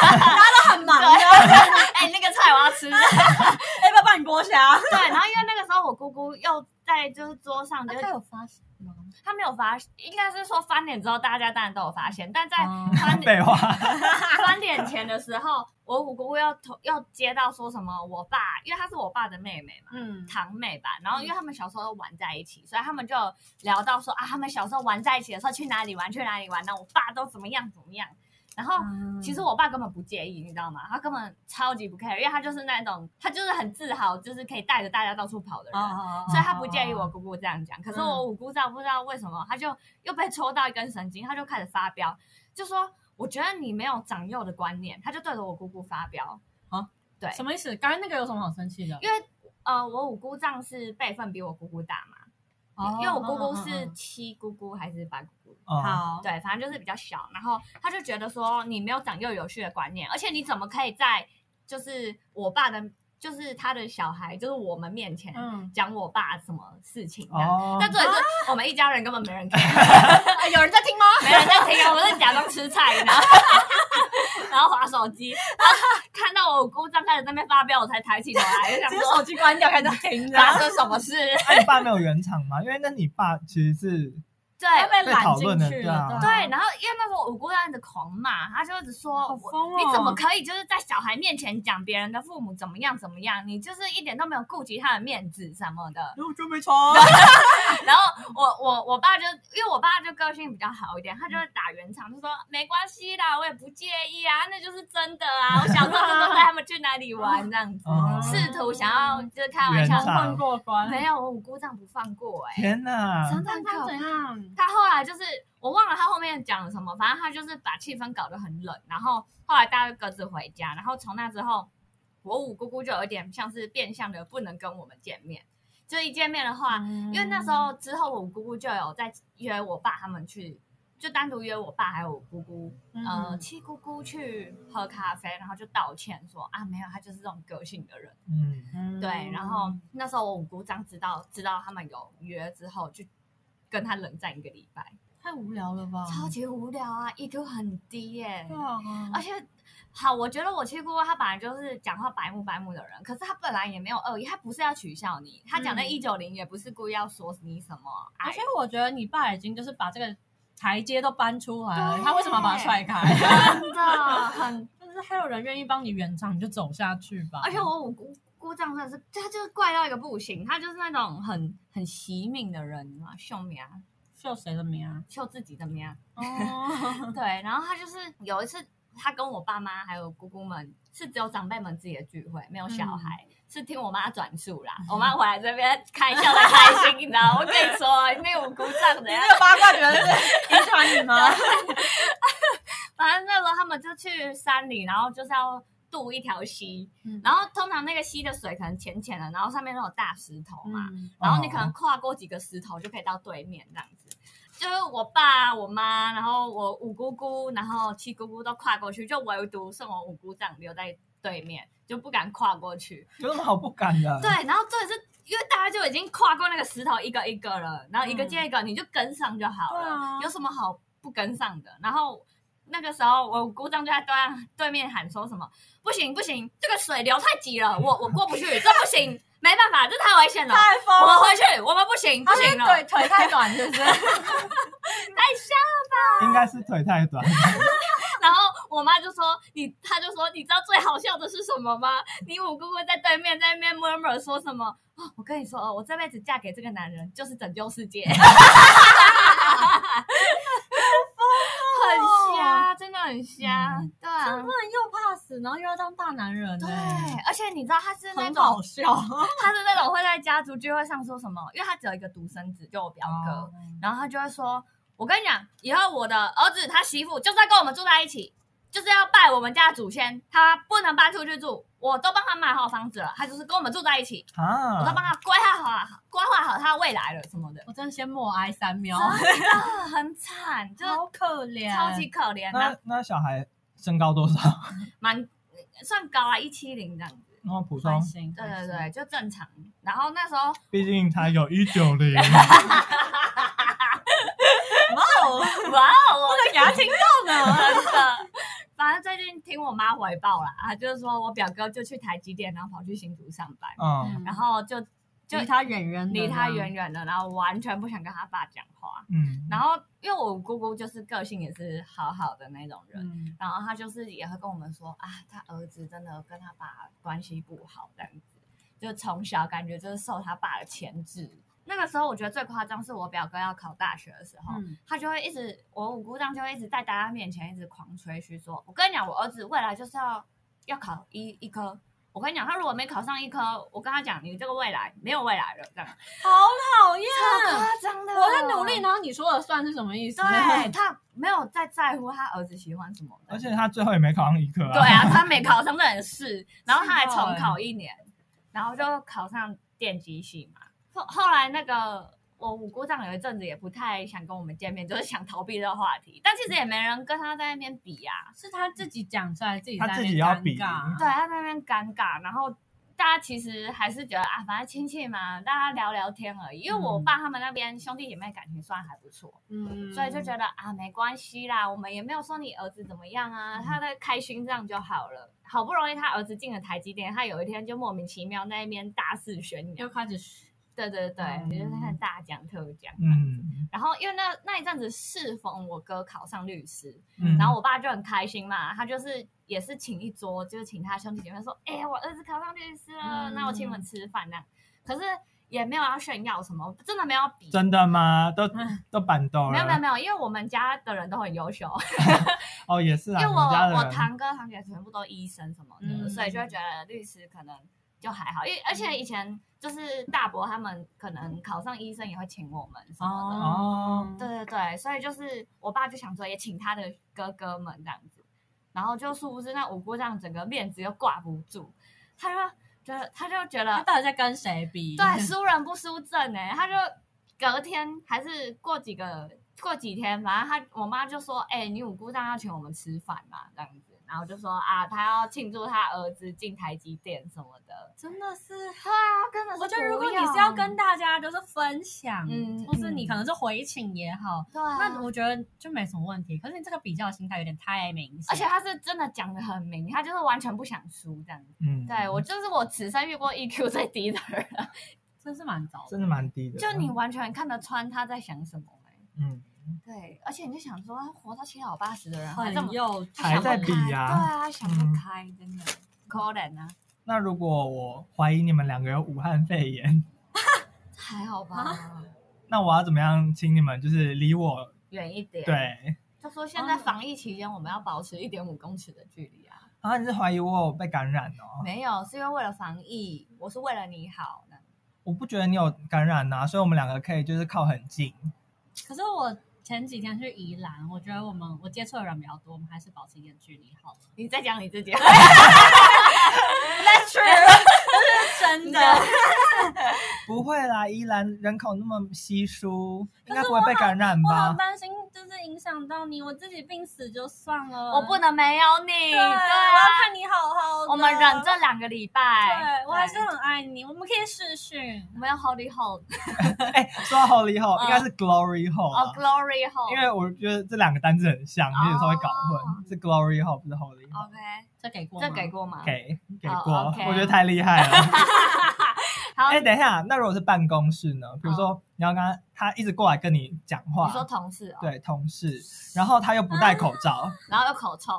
很忙
对，
的。
哎、那个菜我要吃，对，
哎， 要不要帮你剥虾？
然后因为那个时候我姑姑又在就是桌上，就是
有发现吗？
她没有发，应该是说翻脸之后大家当然都有发现，但在
哦
翻脸
废话，
翻脸前的时候，我五姑姑要要接到说什么我爸，因为她是我爸的妹妹嘛。
嗯，
堂妹吧，然后因为他们小时候玩在一起，所以他们就聊到说啊，他们小时候玩在一起的时候去哪里玩，去哪里玩，那我爸都怎么样怎么样。然后
嗯
其实我爸根本不介意，你知道吗？他根本超级不 care，因为他就是那种他就是很自豪，就是可以带着大家到处跑的人。
哦嗯
所以他不介意我姑姑这样讲，可是我五姑丈不知道为什么，他就又被抽到一根神经，他就开始发飙，就说我觉得你没有长幼的观念，他就对着我姑姑发飙。对
什么意思？刚才那个有什么好生气的？
因为呃，我五姑丈是辈分比我姑姑大嘛，
哦
因为我姑姑是
嗯嗯嗯
七姑姑还是八姑姑？
哦
好，
对，反正就是比较小。然后他就觉得说你没有长幼有序的观念，而且你怎么可以在就是我爸的，就是他的小孩，就是我们面前
嗯，啊
讲我爸什么事情这样？
哦，
但重点是我们一家人根本没人听，有人在听吗？没人在听，我们在假装吃菜，然后 然后划手机，然后看到我姑丈开始在那边发飙，我才抬起头来，就想
直接啊
说
手机关掉，开始听着。
发生什么 事？
那你爸没有原厂吗？因为那你爸其实是
对。
他被
被
揽
讨论
进
了
去
对啊
了，
对，然后因为那时候我姑丈一直狂骂，他就一直说
好
我
疯哦
你怎么可以就是在小孩面前讲别人的父母怎么样怎么样？你就是一点都没有顾及他的面子什么的。
我就没
然后我我我爸就因为我爸就个性比较好一点，他就会打圆场，就说没关系啦，我也不介意啊，那就是真的啊。我小时候就都带他们去哪里玩这样子，
哦
试图想要就是开玩
圆
笑
场，
放过关，
没有我五姑丈不放过哎、
天哪，
真
但他
的怎样？
他后来就是我忘了他后面讲了什么，反正他就是把气氛搞得很冷，然后后来大家就各自回家，然后从那之后，我五姑姑就有点像是变相的不能跟我们见面，就一见面的话，因为那时候之后，我姑姑就有在约我爸他们去，就单独约我爸还有我姑姑，
嗯，
呃，七姑姑去喝咖啡，然后就道歉说啊，没有，他就是这种个性的人。
嗯，
嗯
对，然后那时候我五姑丈知道知道他们有约之后，就跟他冷战一个礼拜，
太无聊了吧？
超级无聊啊，EQ 很低耶、
嗯对啊，
而且。好，我觉得我七姑姑她本来就是讲话白目白目的人，可是她本来也没有恶意，她不是要取笑你，她讲那
嗯哦
一九零也不是故意要说你什么，哎
而且我觉得你爸已经就是把这个台阶都搬出来了，
对
他为什么要把它踹开？
真的很，
就是还有人愿意帮你圆场，你就走下去吧。
而且我我姑姑丈真的是，他就是怪到一个不行，他就是那种很很惜命的人嘛，秀命啊，
秀谁的名啊？
秀自己的命啊。
哦，
对，然后他就是有一次，他跟我爸妈还有姑姑们是只有长辈们自己的聚会，没有小孩。是听我妈转述啦，我妈回来这边开笑的开心，你知道吗？我跟你说，那个五姑丈怎样？
个八卦觉得是影响 你 吗？
反正那时候他们就去山里，然后就是要渡一条溪，
嗯
然后通常那个溪的水可能浅浅的，然后上面都有大石头嘛，
嗯
然后你可能跨过几个石头就可以到对面这样子。就是我爸、我妈，然后我五姑姑，然后七姑姑都跨过去，就唯独剩我五姑丈留在对面，就不敢跨过去。
有什么好不敢的？
对，啊然后这是因为大家就已经跨过那个石头一个一个了，然后一个接一个，你就跟上就好了，
嗯对啊
有什么好不跟上的？然后那个时候我姑丈就在对岸对面喊说什么：“不行不行，这个水流太急了，我我过不去，这不行，没办法，这太危险了，
太
我
疯
们
了，
回去，我们不行不
他
行
是
了。”
腿腿太短，是 不是？
应该是腿太 短，
然后我妈就说：“你，她就说，你知道最好笑的是什么吗？ 你五姑姑在对面在那边 murmur 说什么？哦，我跟你说，哦，我这辈子嫁给这个男人就是拯救世界。”
哦
很瞎，真的很瞎，
嗯
对啊
真的又怕死，然后又要当大男人，欸
对，而且你知道他是那
很
种
搞， 笑。
他是那种会在家族聚会上说什么？因为他只有一个独生子，就我表哥，
哦
然后他就会说：“我跟你讲，以后我的儿子他媳妇就是要跟我们住在一起，就是要拜我们家的祖先，他不能搬出去住，我都帮他买好房子了，他就是跟我们住在一起，我都帮
啊，
他规划好规划好他的未来了什么的。
我真的先默哀三秒，
真的很惨，就是
好可怜，
超级可怜
那
的，
那小孩身高多少？
蛮算高啊，一七零这样子。
然后普通
开，心。
对
开
对
心，
对，就正常。然后那时候
毕竟他有一九 零，
哇哦，
哇哦，我
给他听到 呢。
真的。反正最近听我妈回报啦，她就是说我表哥就去台积电，然后跑去新竹上班，
嗯
然后就就
离他远远的，
哦离他远。远的，然后完全不想跟他爸讲话。
嗯，
然后因为我姑姑就是个性也是好好的那种人，
嗯，
然后她就是也会跟我们说啊，她儿子真的跟他爸关系不好这样子，就从小感觉就是受他爸的牵制。那个时候我觉得最夸张是我表哥要考大学的时候，
嗯，
他就会一直，我五姑丈就会一直在大家面前一直狂吹嘘说，我跟你讲，我儿子未来就是要要考医医科。我跟你讲，他如果没考上医科，我跟他讲，你这个未来没有未来了，这样
好讨厌，
夸张的哦
我在努力，然后你说了算是什么意 思？
对他没有在在乎他儿子喜欢什么的，
而且他最后也没考上医科啊。
对啊，他没考上这也是，然后他还
是
重
哦
考一年，然后就考上电机系嘛。后后来那个我五姑丈有一阵子也不太想跟我们见面，就是想逃避这个话题，但其实也没人跟他在那边比呀、
是他自己讲出来，自己
他
在那
自
边
己要
尴
比
尬
对他在那边尴尬，然后大家其实还是觉得啊，反正亲戚嘛，大家聊聊天而已。因为我
嗯
爸他们那边兄弟姐妹感情算还不错，
嗯，
所以就觉得啊，没关系啦，我们也没有说你儿子怎么样啊，他的开心这样就好了。好不容易他儿子进了台积电，他有一天就莫名其妙在那边大肆宣
又
扬，
开始嘘
对对对，
嗯
就是很大讲特讲。
嗯，
然后因为那那一阵子适逢我哥考上律师，
嗯
然后我爸就很开心嘛，他就是也是请一桌，就是请他兄弟姐妹说，哎、我儿子考上律师了，
嗯
那我请你们吃饭呢、可是也没有要炫耀什么，真的没有要比。
真的吗？都
嗯
都板豆了。
没有没有没有，因为我们家的人都很优秀，
哦，也是啊，
因为
你
我
们家的
我
人
堂哥堂姐全部都医生什么的，
嗯
所以就会觉得律师可能就还好，因为而且以前就是大伯他们可能考上医生也会请我们什么的，
哦
对对对，所以就是我爸就想说也请他的哥哥们这样子，然后就殊不知那五姑丈整个面子又挂不住，他就觉得他就觉
他
得
到底在跟谁比？
对输人不输阵哎、他就隔天还是过几个过几天，反正他我妈就说，哎、你五姑丈要请我们吃饭嘛这样子，然后就说啊，他要庆祝他儿子进台积电什么的，
真的是，
对啊，根本是
我觉得
不啊
如果你是要跟大家就是分享，
嗯
嗯，或是
嗯
你可能是回请也好，
对啊、
那我觉得就没什么问题。可是你这个比较心态有点太明显，
而且他是真的讲的很明，他就是完全不想输这样子。
嗯，
对我就是我此生遇过 EQ 最低的人了，
真是蛮糟的。
真的蛮低 的。
就你完全看得穿他在想什么、欸。
嗯，
对，而且你就想说，他活到七老八十的人还
很
这么
幼稚，
还在比呀嗯
对啊，想不开，真的可怜啊，
那如果我怀疑你们两个有武汉肺炎，
还好吧，
那我要怎么样请你们就是离我
远一点。，
对
就说现在防疫期间，我们要保持一点五公尺的距离啊。
啊？你是怀疑我有被感染哦？
没有，是因为为了防疫，我是为了你好的。
我不觉得你有感染呐、所以我们两个可以就是靠很近。
可是我前几天去宜兰，我觉得我们我接触的人比较多，我们还是保持一点距离好了。
你在讲你自己，That's true，
真
的
不会啦，宜兰人口那么稀疏，应
可是
该不会被感染
我好
吧？
担心，就是影响到你，我自己病死就算了，
我不能没有你。
对，
对
我要
啊，
看你好好的，
我们忍这两个礼拜，
对我还是很爱你，我们可以试训。
我们要 Holy Hold
哎、说到 Holy Hole，、
嗯
应该是 Glory Hole，、
哦
啊
，Glory Hold，
因为我觉得这两个单字很像，你有时候会搞
哦
混，是 Glory Hole 不是 Holy Hole。
OK，
这给过吗，
这给过吗？
给给
哦
过
OK
我觉得太厉害了。
好，嗯
哎、等一下，那如果是办公室呢？比如说你要跟他，他一直过来跟你讲
你说
话，
同事哦，
对同事，然后他又不戴口 罩，
然后又口臭，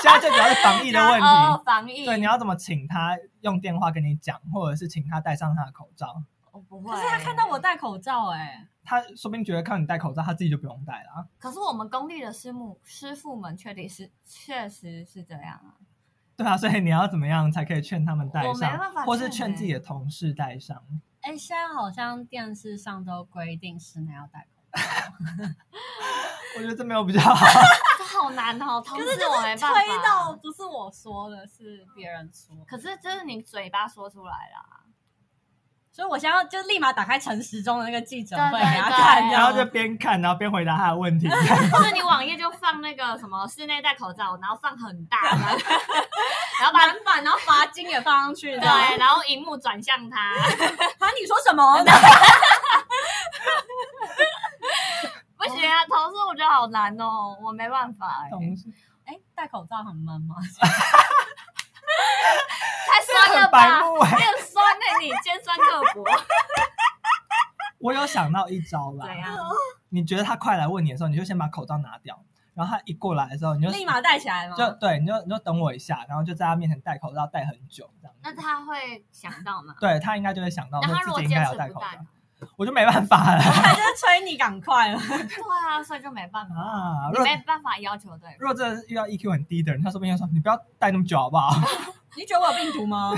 现在最主要是防疫的问
哦
题。，
防疫，
对，你要怎么请他用电话跟你讲，或者是请他戴上他的口罩？
我不会，
可是他看到我，戴口罩，哎，
他说不定觉得看你戴口罩，他自己就不用戴了啊。
可是我们工地的师母师傅们确定是确实是这样啊，
对啊，所以你要怎么样才可以劝他们戴
我没
上，
办法，欸
或是劝自己，的同事戴上？
哎，现在好像电视上都规定室内要戴口
我觉得这没有比 较好。
这好难哦，同
罩，
事我没
推
办
到
法，
不是我说的，是别人说的，
可是这是你嘴巴说出来啦，
所以我现在就立马打开陈时中的那个记者
对
会，
对
然后
对
看，
然后就边看，然后边回答他的 问题。
就是你网页就放那个什么室内戴口罩，然后放很大，然后 然后把
满版，然后罚金也放上去，对
对，然后荧幕转向他。
啊，你说什么？
不行啊，同事我觉得好难哦，我没办法哎、
同事
哎，戴口罩很闷吗？
太酸了
很白
吧，
目哎、
很酸哎、你尖酸刻 薄，
我有想到一招啦
怎，样？
你觉得他快来问你的时候，你就先把口罩拿掉，然后他一过来的时候，你就
立马戴起来吗？
就对，你就你就等我一下，然后就在他面前戴口罩戴很久这样子。
那他会想到吗？
对他应该就会想到
那
说
他如
自
果
己
坚
应该有戴
持
口
不
罩
戴，呢，
我就没办法了
他就是催你赶快 了。
对啊，所以就没办法，
啊！如
你
果
没办法要求对方。
如果真的是遇到 EQ 很低的人，他说不定会说你不要戴那么久好不好？
你觉得我有病毒吗？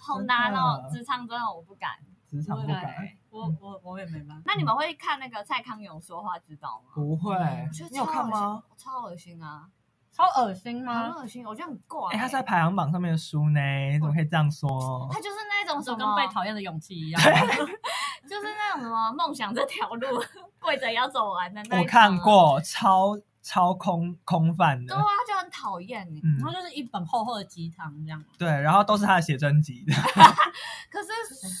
好难哦，
真的啊
职场真的我不敢。
职场不敢，
对， 我我我也没办法。
那你们会看那个蔡康永说话之道吗？
不会
我觉得，
你有
超
看吗？
恶心？超恶心啊，
超恶心
很
吗？
恶心，我觉得很怪、
哎、他是在排行榜上面的书呢，你怎么可以这样说？
他就是那种什
就
么
跟被讨厌的勇气一样。
就是那种什么梦想这条路 跪着也要走完的那一种啊
我看。过，超超空空泛的
对，啊，就很讨厌你。
嗯
然，后就是一本厚厚的鸡汤这样。
对，然后都是他的写真集，
可是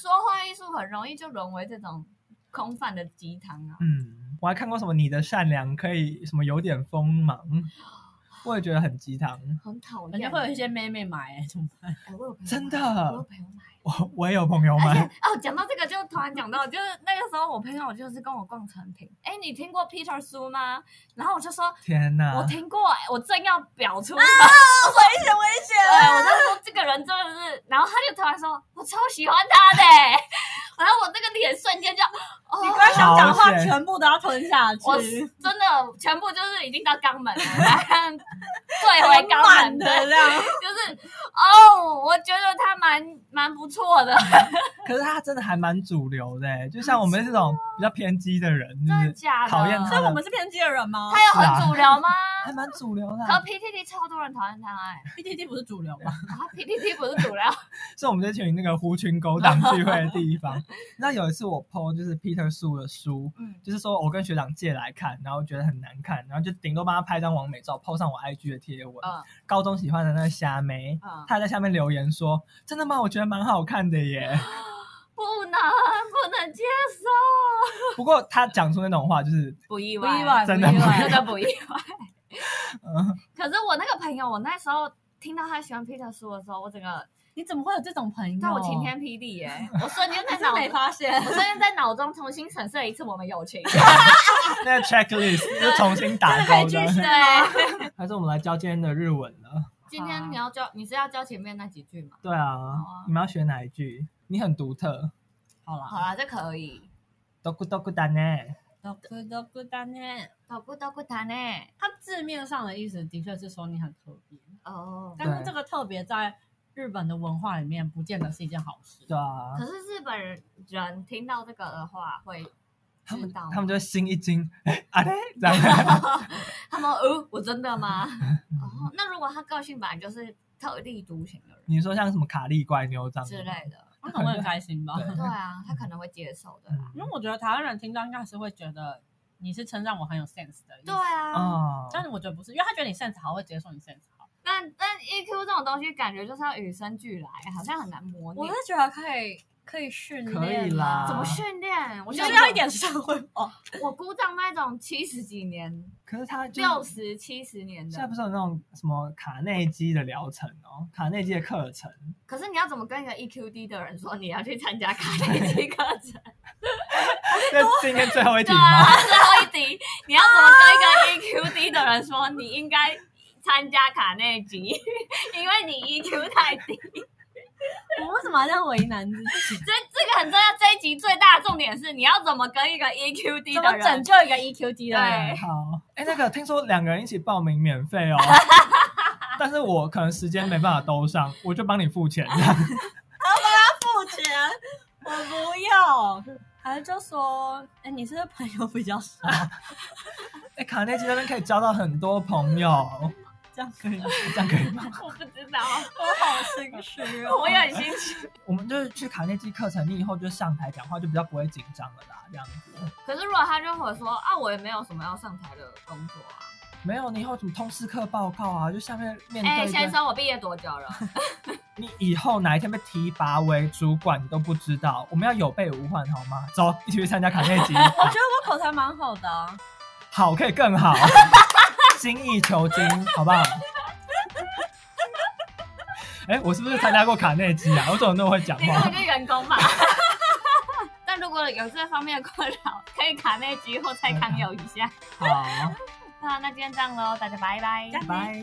说话艺术很容易就沦为这种空泛的鸡汤啊。
嗯，我还看过什么你的善良可以什么有点锋芒，我也觉得很鸡汤，
很讨
人家
厌，
会有一些妹妹买、欸，怎么 办？
哎，我有朋友
真的
买我有朋友啊买。
我我也有朋友
而且
买，
哦，讲到这个就突然讲到，就是那个时候我朋友就是跟我逛成品，哎，你听过 Peter 苏吗？然后我就说，
天哪，
我听过，哎我正要表出，
危险，危险！
对我就说这个人真的是，然后他就突然说，我超喜欢他的、欸， 然后我那个脸瞬间就，哦，
你光想讲
好
话，
险
全部都要吞下去。
我真的全部就是已经到肛门了，对回肛
满
门
的
对
这样，
就是哦，我觉得他蛮蛮不错的，
可是他真的还蛮主流的欸，就像我们这种比较偏激的人，就
真的
是
假的？
讨厌
所以我们是偏激的人吗
他有很主流吗？
还蛮主流的
可
啊，
PTT 超多人讨厌他哎、
？PTT 不是主流吗？
啊，PTT 不是 主流，
所以我们就去那个狐群狗 党聚会的地方。那有一次我 PO 就是 Peter 树的书，
嗯，
就是说我跟学长借来看，然后觉得很难看，然后就顶多帮他拍张完美照，PO 上我 IG 的贴文。
哦
嗯
高中喜欢的那个虾妹，
嗯，
她还在下面留言说：“真的吗？我觉得蛮好看的耶。
不能不能接受，”
不过她讲出那种话，就是
不意
不
外，
意外，不
真
意
的不意
真
外。
的不意外。
嗯，
可是我那个朋友，我那时候听到他喜欢 Peter 苏的时候，我整个
你怎么会有这种朋友？
让我晴天霹雳耶、我瞬 间在
真
脑
没发现。
我瞬间在脑中重新审视了一次我们友 情。
那个 checklist 就重新打
真的可以
勾
继
这样
续
对，
还是我们来教今天的日文了？
今天你要教，你是要教前面那几句吗？
对啊
啊，
你们要学哪一句？你很独特。
好
好
了，
啦，这可以。
都咕都咕哒呢？
都不都不单呢。
都不都不谈呢。
它字面上的意思的确是说你很特别，
哦，
但是这个特别在日本的文化里面，不见得是一件好事。
对啊
可，是日本人人听到这个的话会
他
知
们
道吗
他们就会心一惊，哎啊嘞，这样
他们哦，我真的吗？哦，那如果他个性本来就是特立独行的人
你说像什么卡利怪妞这样
之类的，
他可能会很开心吧？
对
对啊，他可能会接受的啦。
因为我觉得台湾人听到应该是会觉得你是称赞我很有 sense 的意思，
对啊，
嗯哦，
但是我觉得不是，因为他觉得你 sense 好，会接受你 sense 好。
但但 EQ 这种东西感觉就是要与生俱来，好像很难模拟。
觉得可以可以训啊
可以啦
怎么训练？我
我
觉得
就是要一哦点社会化。
我姑丈那种七十几年、
可是他就是
六十七十年
现在
的
不，是有那种什么卡内基的疗程哦，卡内基的课程，
可是你要怎么跟一个 EQ d 的人说你要去参加卡内基课程？
这今天最后一题
哎对
吗
啊，？最后一题，你要怎么跟一个 EQ d 的人说你应该参加卡内基， 因为你 EQ 太低？
我为什么要这样为难自己？
这这个很重要。这一集最大的重点是你要怎么跟一个 EQ d
怎
的
么拯
人？
救一个 EQ 低的人
对？
好，哎，那个听说两个人一起报名免费 哦，但是我可能时间没办法兜上，我就帮你付钱。
付钱，我不要。还就说，哎、你是不是朋友比较少，
哎，卡内基那边可以交到很多朋友，
这样可以吗？
这样可以吗？
我不知道，
我好心虚哦。
我也很心虚。
我们就是去卡内基课程，你以后就上台讲话就比较不会紧张了啦，这样子。
可是如果他就会说啊，我也没有什么要上台的工作啊。
没有，你以后什么通识课报告啊，就下面面
哎、
对
先
着
生，我毕业多久了？
你以后哪一天被提拔为主管你都不知道。我们要有备无患，好吗？走，一起去参加卡内基。
我觉得我口才蛮好的啊、
好可以更好， 精益求精，好不好？ 哎、我是不是参加过卡内基啊？我怎么那么会讲
你根本
话？
就员工 吧。但如果有这方面的困扰，可以卡内基或蔡康永一下。
好，
好，那今天这样喽，大家拜拜。
拜。